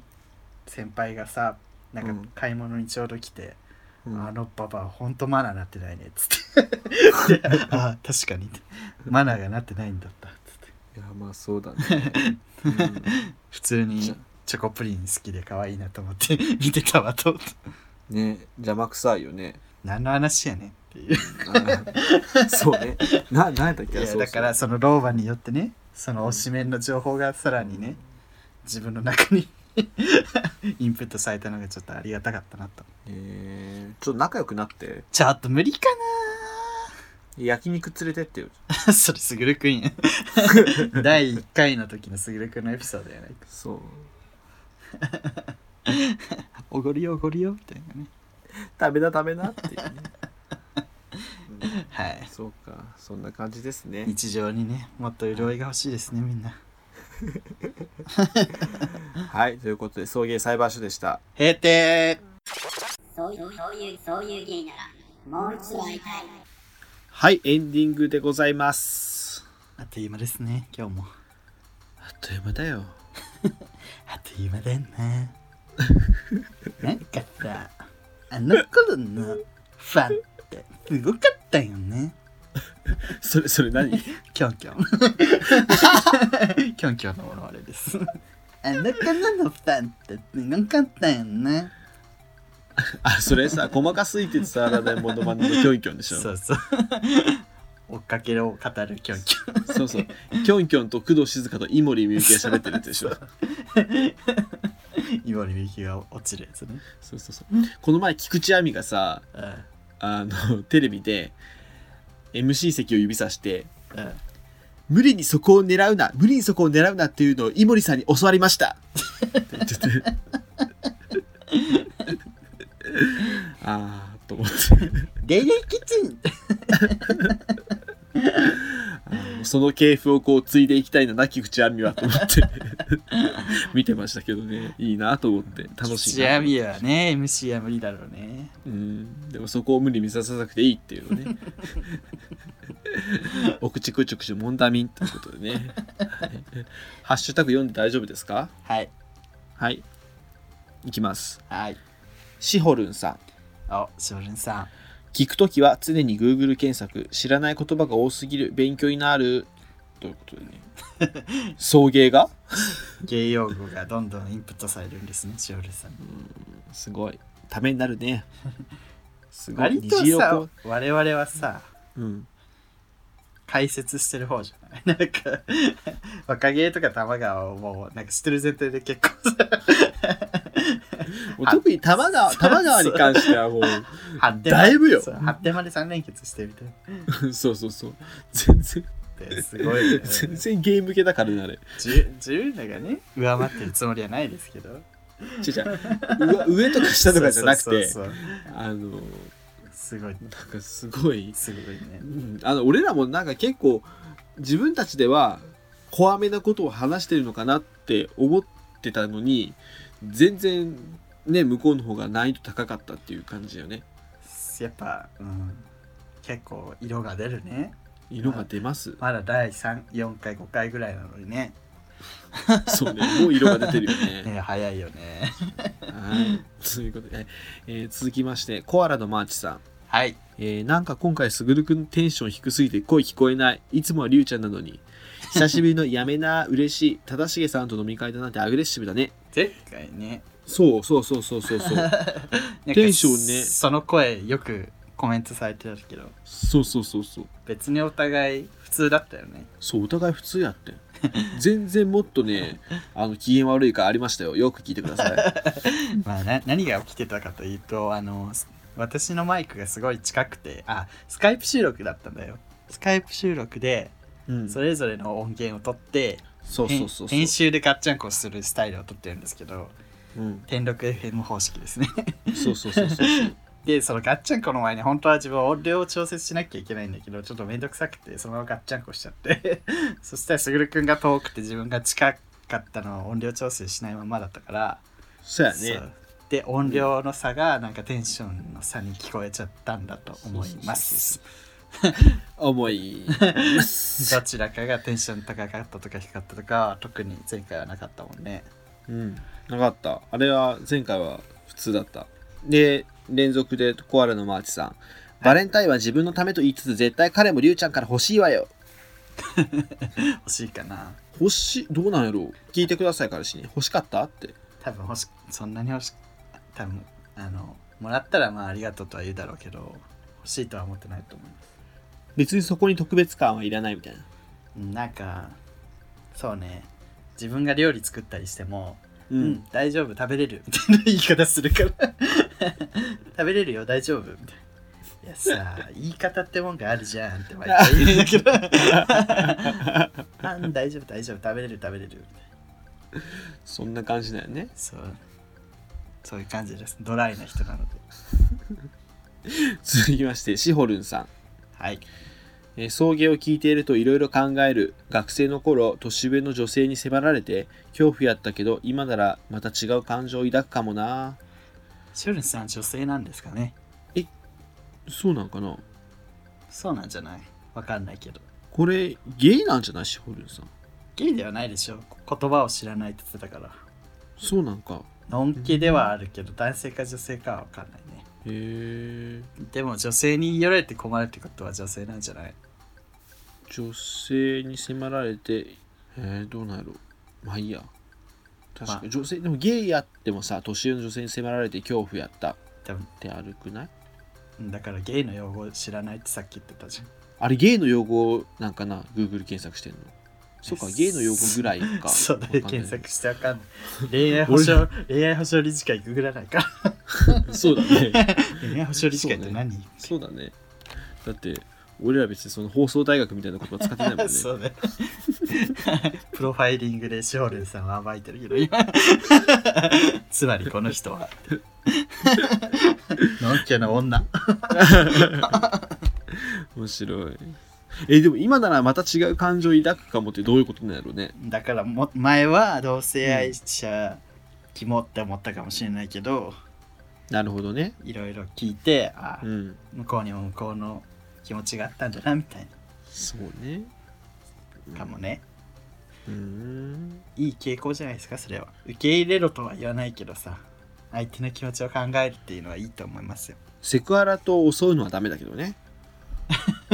先輩がさなうんんか買い物にちょうど来て「うんあのパパ本当マナーなってないね」っつって で「ああ確かに」マナーがなってないんだった」っつっていやまあそうだね、うん普通にチョコプリン好きで可愛いなと思って 見てたわと思ってね邪魔くさいよね何の話やねんっていうあそうねな何やったっけいやそうそうだからその老婆によってねその推しメンの情報がさらにね自分の中に インプットされたのがちょっとありがたかったなとえーちょっと仲良くなってちょっと無理か焼肉連れてってよな それすぐるくんや第1回の時のすぐるくんのエピソードやないかそうおごりよおごりよみたいなね食べな食べなっていうね、うんは いそうかそんな感じですね日常にねもっと潤いが欲しいですねみんなはいということで送迎裁判所でした閉店そういう、そういう、そういう芸なら、もう一度会いたい。はいエンディングでございますあっという間ですね今日もあっという間だよあっという間だよね なんかさ、あの頃のファンってすごかったよね。それ、それ何キョンキョン。 キョンキョンのものあれです。あの頃のファンってすごかったよね。あ、それさ、細かすぎて伝わらないモノマネのキョンキョンでしょ。そうそう。追っかけを語るキョンキョン。そうそう。キョンキョンと工藤静香と井森美幸が喋ってるやつでしょ。今に右が落ちるやつね。そうそうそう。この前、菊池亜美がさ、うんうんあの、 テレビで MC 席を指さして、無理にそこを狙うな無理にそこを狙うなっていうのを井森さんに教わりましたって言っててああと思ってデイリーキッチンあのその系譜をこう継いでいきたいななき口亜美はと思って見てましたけどねいいなと思って楽しいキッチンなアミはね、MC は無理だろうね。うんでもそこを無理に見させなくていいっていうの ねお口くちょくちょモンダミンということでね、はいハッシュタグ読んで大丈夫ですかはい。はいいきますはい。シホルンさんあ、しおるんさん。聞くときは常に Google 検索知らない言葉が多すぎる勉強になるということでね 送迎が芸用語がどんどんインプットされるんですね、しおるんさん。すごいためになる ねすごい割と虹色さこ、我々はさ、ううん解説してる方じゃない なんか、若芸とか玉川をもう、なんか知ってる前提で結構さ、もう特に玉川そう玉川に関してはもう発展だいぶよそう発展まで3連結してみたいなそうそうそう全然って。す ごい、ね。全然ゲーム系だからねあれ自自由ながね、上回ってるつもりはないですけど。ちゃちゃ上とか下とかじゃなくてそうそうそうあのすごい、なんかすごいすごいねう。んあの俺らもなんか結構自分たちでは怖めなことを話してるのかなって思ってたのに全然ね向こうの方が難易度高かったっていう感じだよねやっぱ、うん、結構色が出るね。色が出ますまだ第3、4回、5回ぐらいなのにね。そうねもう色が出てるよねね早いよね。 はいということで、えー続きましてコアラのマーチさんはい。えーなんか今回すぐるくんテンション低すぎて声聞こえないいつもはりゅうちゃんなのに久しぶりのやめな嬉しい忠重さんと飲み会だなんてアグレッシブだね前回ね。そうそうそうそうそうそうなんかテンションねその声よくコメントされてたけど、そうそうそうそう別にお互い普通だったよね。そうお互い普通やってん全然もっとねあの機嫌悪いからありましたよよく聞いてください まあな何が起きてたかというとあの私のマイクがすごい近くてあスカイプ収録だったんだよスカイプ収録でうんそれぞれの音源を取って、そうへんそうそうそう編集でガッチャンコするスタイルを取ってるんですけどうん、 16FM 方式です ねそうそうそうそうでそのガッチャンコの前に本当は自分は音量を調節しなきゃいけないんだけどちょっとめんどくさくてそのままガッチャンコしちゃって そしたらすぐるくんが遠くて自分が近かったのを音量調整しないままだったからそうやそねうで音量の差がなんかテンションの差に聞こえちゃったんだと思います重いどちらかがテンション高かったとか低かったとかは特に前回はなかったもんねうんなかったあれは前回は普通だったで連続でコアラのマーチさんバレンタインは自分のためと言いつつ絶対彼もリュウちゃんから欲しいわよ欲しいかな欲しいどうなんやろう聞いてください彼氏に欲しかったって多分欲しそんなに欲し多分あのもらったらまあありがとうとは言うだろうけど欲しいとは思ってないと思います別にそこに特別感はいらないみたいな、うんなんかそうね自分が料理作ったりしてもううん、大丈夫食べれるみたいな言い方するから 食べれるよ大丈夫みたいないやさあ言い方ってもんがあるじゃんって毎回言うんだけどあうん大丈夫大丈夫食べれる食べれるみたいなそんな感じだよねそうそういう感じですドライな人なので続きましてしほるんさん、はいえー送迎を聞いているといろいろ考える学生の頃年上の女性に迫られて恐怖やったけど今ならまた違う感情を抱くかもなシュルンさん女性なんですかねそうなんかなそうなんじゃないわかんないけどこれゲイなんじゃないしほるんさんゲイではないでしょ言葉を知らないって言ってたからそうなんか本気ではあるけど男性か女性かは分かんないねへえでも女性に寄られて困るってことは女性なんじゃない女性に迫られてえー、どうなんやろまあいいや確かまに女性でもゲイやってもさ年上の女性に迫られて恐怖やったっ多分てあるくないだからゲイの用語知らないってさっき言ってたじゃんあれゲイの用語なんかな Google 検索してんのそうかゲイの用語ぐらい かそれで検索してわかんない恋愛ら保障恋愛保障理事会ググらないか そうだね恋愛保障理事会って何そうだねだって俺ら別にその放送大学みたいなことは使ってない もんねそうねプロファイリングでショールンさんは暴いてるけど今つまりこの人はのんきな女面白いえでも今ならまた違う感情を抱くかもってどういうことなんやろうねだからも前は同性愛者キモって思ったかもしれないけど、なるほどねいろいろ聞いてあう、ん向こうにも向こうの気持ちがあったんだなみたいそうねなかもね、うーんいい傾向じゃないですかそれは受け入れろとは言わないけどさ相手の気持ちを考えるっていうのはいいと思いますよセクハラと襲うのはダメだけどね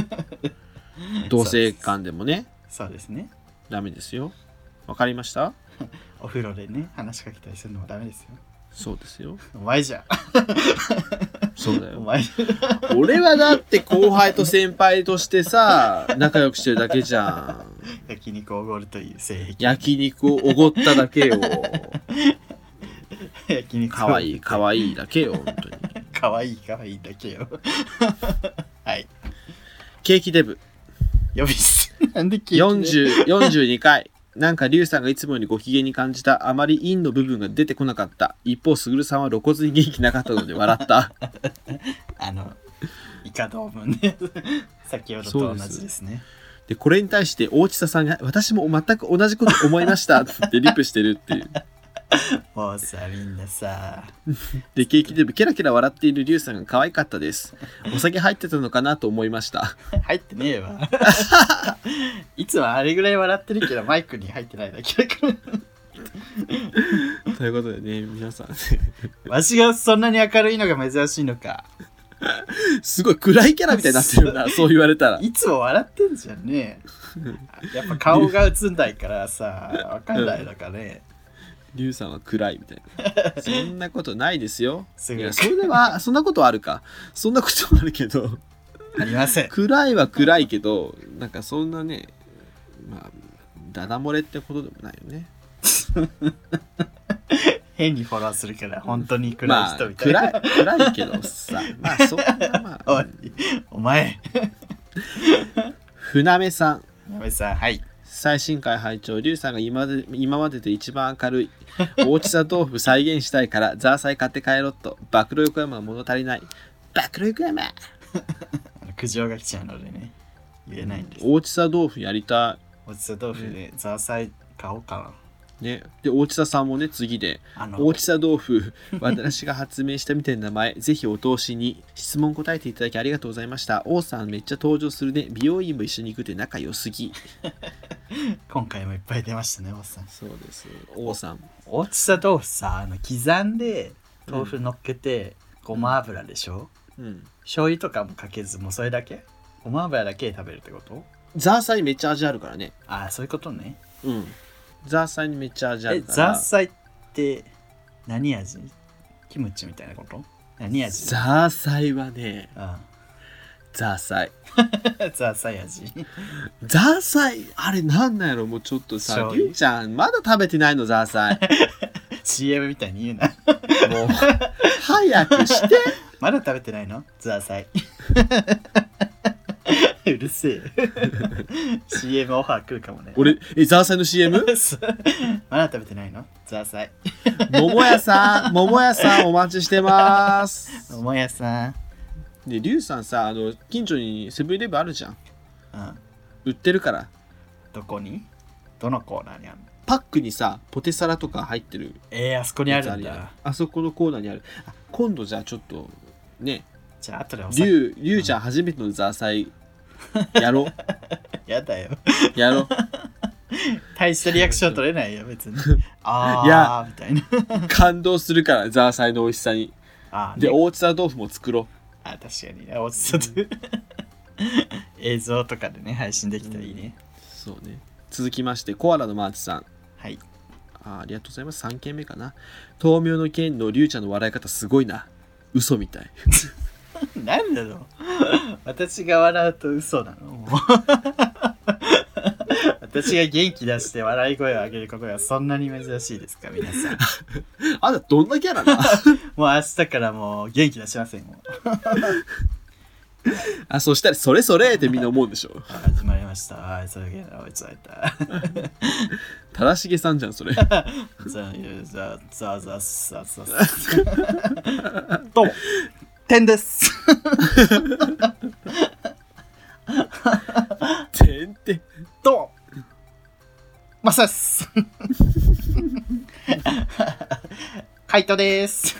同性間でもねそうですねダメですよわかりましたお風呂でね話しかけたりするのもダメですよそうですよお前じゃそうだおよ前俺はだって後輩と先輩としてさ仲良くしてるだけじゃん焼肉おごるという性癖焼肉をおごっただけよ焼肉かわいいかいわいいだけよ本当にいかわいいかわいいだけよ はいケーキデブ呼び捨てなんで聞いてる40 42回 なんかリュウさんがいつもよりご機嫌に感じたあまり陰の部分が出てこなかった一方スグルさんは露骨に元気なかったので笑った あの以下同文ね 先ほどと同じですねでこれに対して大地田さんが私も全く同じこと思いましたってリプしてるっていうもうさみんなさでケーキデブケラケラ笑っているリュウさんが可愛かったですお酒入ってたのかなと思いました入ってねえわ いつもあれぐらい笑ってるけどマイクに入ってないだけだからということでね皆さんわしがそんなに明るいのが珍しいのか すごい暗いキャラみたいになってるなそう言われたらいつも笑ってんじゃんねやっぱ顔が映んないからさわかんないのかねリュウさんは暗いみたい なそんなことないですよすいぐやそれはそんなことはあるかそんなことはあるけどありません暗いは暗いけどなんかそんなねまあダダ漏れってことでもないよね変にフォローするから本当に暗まいあ人みたいな、暗い暗いけど さまあそんなまあおいお前船目さんやめさんはい最新回拝聴リュウさんが今まで今までで一番明るい大きさ豆腐再現したいからザーサイ買って帰ろっと暴露横山は物足り ない暴露横山あの苦情が来ちゃうのでね言えないんです大きさ豆腐やりたおじさ豆腐でザーサイ買おうかいねで大きささんもね次でなあの大きさ豆腐私が発明したみたいな名 前ぜひお通しに質問答えていただきありがとうございました王さんめっちゃ登場するね美容院も一緒に行くって仲良すぎ今回もいっぱい出ましたねおっさんそうです王さんおちさ豆腐さあの刻んで豆腐乗っけて、ごま油でしょうん醤油とかもかけずもうそれだけごま油だけで食べるってことザーサイめっちゃ味あるからねああそういうことねうんザーサイにめっちゃ味あえるからザーサイって何味キムチみたいなこと何味ザーサイはね、あザーサイ。あザー サイ味ザーサイあれなんなんやろもうちょっとさ醤、油りゅうちゃん、まだ食べてないの、ザーサ イ。 CM みたいに言うなもう、早く して。まだ食べてないのザーサイ う るせえ CM オファー来るかもね俺、え、ザーサイの CM? まだ食べてないのザーサイ桃屋さん、桃屋さん、お待ちしてます。桃屋さん、で、りゅうさんさ、あの、近所にセブンイレブンあるじゃん。うん、売ってるから。どこにどのコーナーにあるのパックにさ、ポテサラとか入ってるえー、あそこにあやつるあんるやんだ。あそこのコーナーにある。あ今度じゃあちょっと、ね、じゃあ後でおり酒ゅう、りゅうちゃん初めてのザーサイ、やろう。やだよやろう。大したリアクション取れないよ、別に。 あいや、あみたいな。感動するからザーサイの美味しさにあー、でね、大津田豆腐も作ろあー、確かに。落ち着く。映像とかでね、配信できたらいいね。うそうね続きましてコアラのマーチさんはい。 あーありがとうございます3件目かな豆苗の件のリュウちゃんの笑い方すごいな嘘みたいなんだろう私が笑うと嘘なのもう 私が元気出して笑い声を上げることがそんなに珍しいですか皆さんあんたどんなキャラなもう明日からもう元気出しませんもう あそしたらそれそれってみんな思うでしょあ始まりましたはいそういうゲームをちゃった正しげさんじゃんそれザザザザザザどうも天ですてんてんどうもマサですカイトです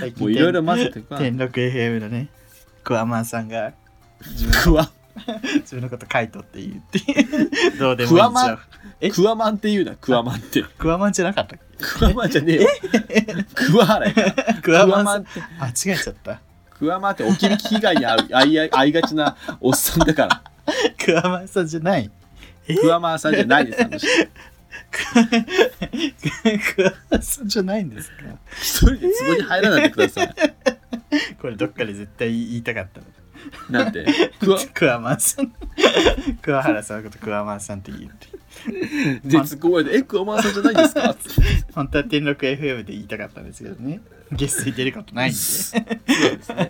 最近もういろいろ混ぜてくわ天禄 FM のねクアマンさんがクワ自分のことカイトって言うっていうどうでもクいいじワマゃンんえクワマンって言うなクワマン ってクワマンじゃなかったっクワマンじゃねえよクワハラやからけククワワマンマさンっんてあ違えちゃったクワマンって置き引き被害に遭う遭い遭いがちなおっさんだからクワマンさんじゃないクワマンさんじゃないですあの人クワマンさんじゃないんですか一人で壺に入らないでくださいこれどっかで絶対言いたかったのなんてク ワクワマンさんクワハラさんのことクワマンさんって言うってで突っ込まれて「えクワマンさんじゃないんです か?」って本当は天禄 FM で言いたかったんですけどねゲストに出ることないんでそうですね。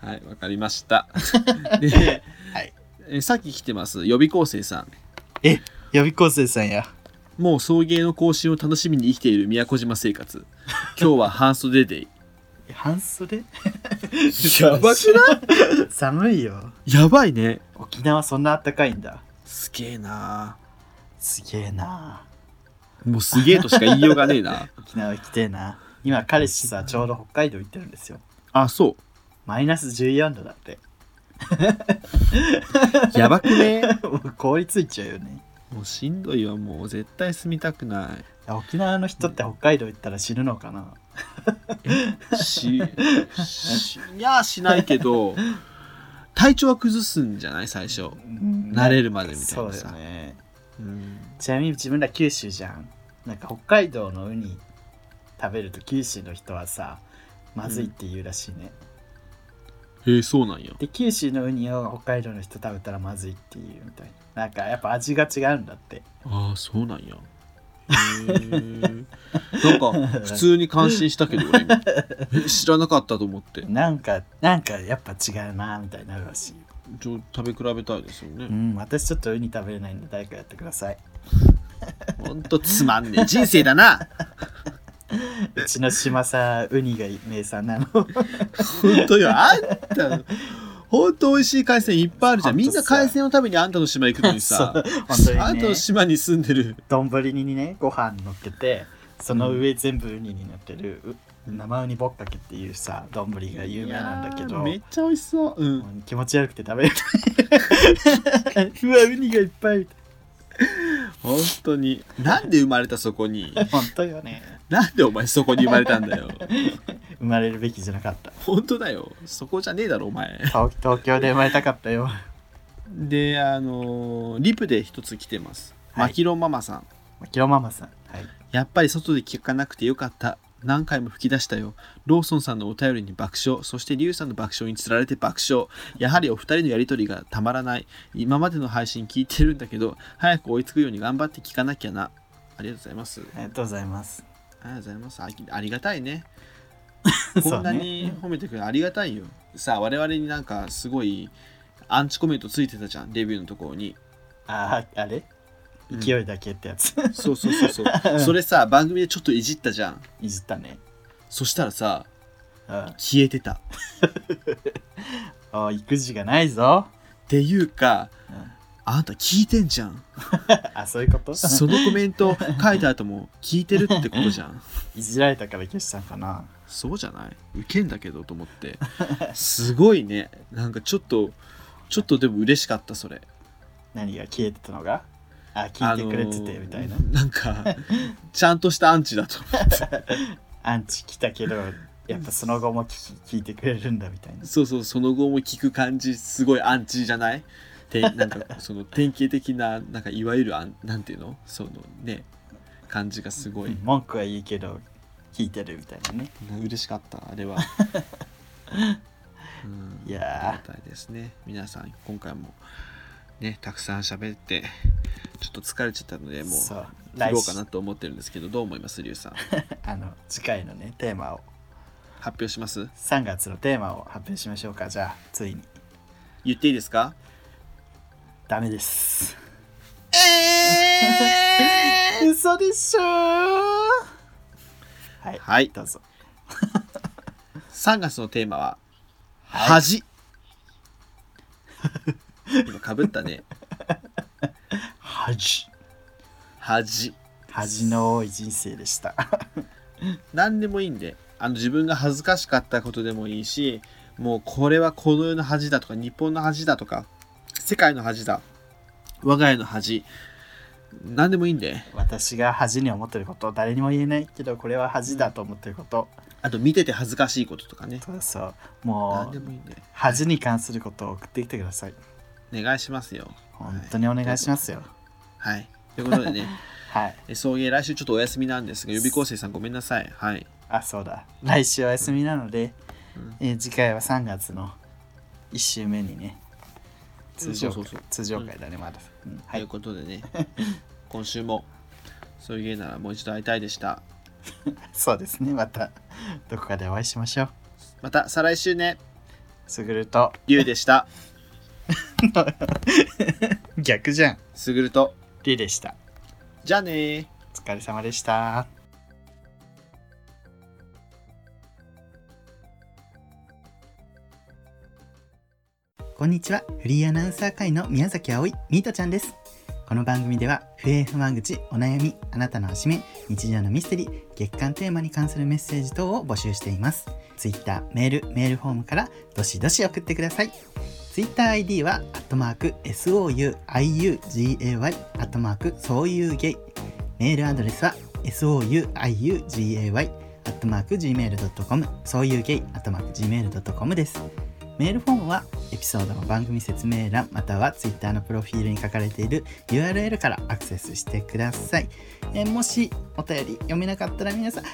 はい、わかりま した。で、はいえさっき来てます、予備校生さん。え予備校生さんやもう送迎の更新を楽しみに生きている宮古島生 活。今日は半袖デイ。半袖やばく寒いよやばいね。沖縄そんな暖かいんだすげえなすげえなもうすげえとしか言いようがねえ な。沖縄行きてえな今彼氏さちょうど北海道行ってるんですよあ、そマイナス14度だってう。やばく ねもう凍りついちゃうよねもうしんどいわ、もう絶対住みたくないや沖縄の人って北海道行ったら死ぬのかな、い。し、し、いや、しないけど、体調は崩すんじゃない最初。慣れるるまでみたいそうなだよさ。ねうんちなみに自分ら九州じゃんなんか北海道のウニ食べると九州の人はさまずいって言うらしいね、へえ、そうなんや。で九州のウニを北海道の人食べたらまずいっていうみたいななんかやっぱ味が違うんだってああそうなんやなんか普通に感心したけど俺今え知らなかったと思ってなんかなんかやっぱ違うなみたいになるらしいよちょ食べ比べたいですようねん私ちょっとウニ食べれないんで誰かやってくださいほんとつまんねえ人生だなうちの島さウニが名 産なのほんとよあんたほんと美味しい海鮮いっぱいあるじゃんみんな海鮮のためにあんたの島行くのにさ、そうあんた本当にのね島に住んでる丼にねご飯乗っけてその上全部ウニになってる、う生ウニぼっかけっていうさ丼が有名なんだけいどやーめっちゃ美味しそううんもう気持ち悪くて食べれないうわウニがいっぱいみたいほんとになんで生まれたそこにな本当よねなんでお前そこに生まれたんだよ生まれるべきじゃなかったほんとだよそこじゃねえだろお前東東京で生まれたかったよであのーリプで一つ来てます、はいマキロンママさんキロママさんはいやっぱり外で聞かなくてよかった何回も吹き出したよローソンさんのお便りに爆笑そしてリュウさんの爆笑につられて爆笑やはりお二人のやりとりがたまらない今までの配信聞いてるんだけど早く追いつくように頑張って聞かなきゃなありがとうございますあありがとうございますりがとうございますあありがたいね そこうんなねに褒めてくれるありがたいよさあ我々になんかすごいアンチコメントついてたじゃんレビューのところにあああれうん勢いだけってやつ そうそうそうそう。それさ、番組でちょっといじったじゃん。いじったねそしたらさ、うん消えてた。っおい育児がないぞていうかうん、あんた聞いてんじゃん。あそういうことそのコメント書いた後も聞いてるってことじゃん。 いじられたから消したんかなそうじゃないウケんだけどと思って。すごいね。なんかちょっと、ちょっとでも嬉しかった、それ。何が消えてたのがあ聞いてくれててみたいな、あのーなんかちゃんとしたアンチだとアンチ来たけどやっぱその後も聞き聞いてくれるんだみたいなそうそうその後も聞く感じすごいアンチじゃないてなんかその典型的ななんかいわゆるあんなんていうのそのね感じがすごい文句はいいけど聞いてるみたいなね嬉しかったあれ は、うん、いやありがたいですね皆さん今回もねたくさん喋ってちょっと疲れちゃったのでーもうそう切来ろうか週なと思ってるんですけどどう思いますリュウさんあの次回のねテーマを発表します3月のテーマを発表しましょうかじゃあついに言っていいですかダメですえ嘘でしょーはい、はいどうぞ3月のテーマは「い恥」 今かぶったね恥恥恥の多い人生でした 何でもいいんであの自分が恥ずかしかったことでもいいしもうこれはこの世の恥だとか日本の恥だとか世界の恥だ我が家の恥何でもいいんで私が恥に思ってること誰にも言えないけどこれは恥だと思ってることあと見てて恥ずかしいこととかねそうそう何もでうもいいんで恥に関することを送ってきてくださいお願いしますよ本当にお願いしますよはいということでねはいえ送迎来週ちょっとお休みなんですが予備校生さんごめんなさいはいあそうだ来週お休みなので、えー次回は3月の1週目にね通常そう会そうそう通常会だねまだ、うんはといういことでね 今週も送迎ならもう一度会いたいでしたそうですねまたどこかでお会いしましょうまた再来週ねすぐるとりゅうでした逆じゃんすぐるとりでしたじゃあねーお疲れ様でしたこんにちは。フリーアナウンサー会の宮崎葵、ミートちゃんです。この番組では、不平不満口、お悩み、あなたのおしめ、日常のミステリー、月間テーマに関するメッセージ等を募集しています。Twitter、メール、メールフォームから、どしどし送ってください。TwitterID は、アットマーク、souiugay、アットマーク、そういうゲイ。メールアドレスは、souiugay、アットマーク、gmail.com、そういうゲイ、アットマーク、gmail.com です。メールフォームはエピソードの番組説明欄または Twitter のプロフィールに書かれている URL からアクセスしてください。えーもしお便り読めなかったら皆さん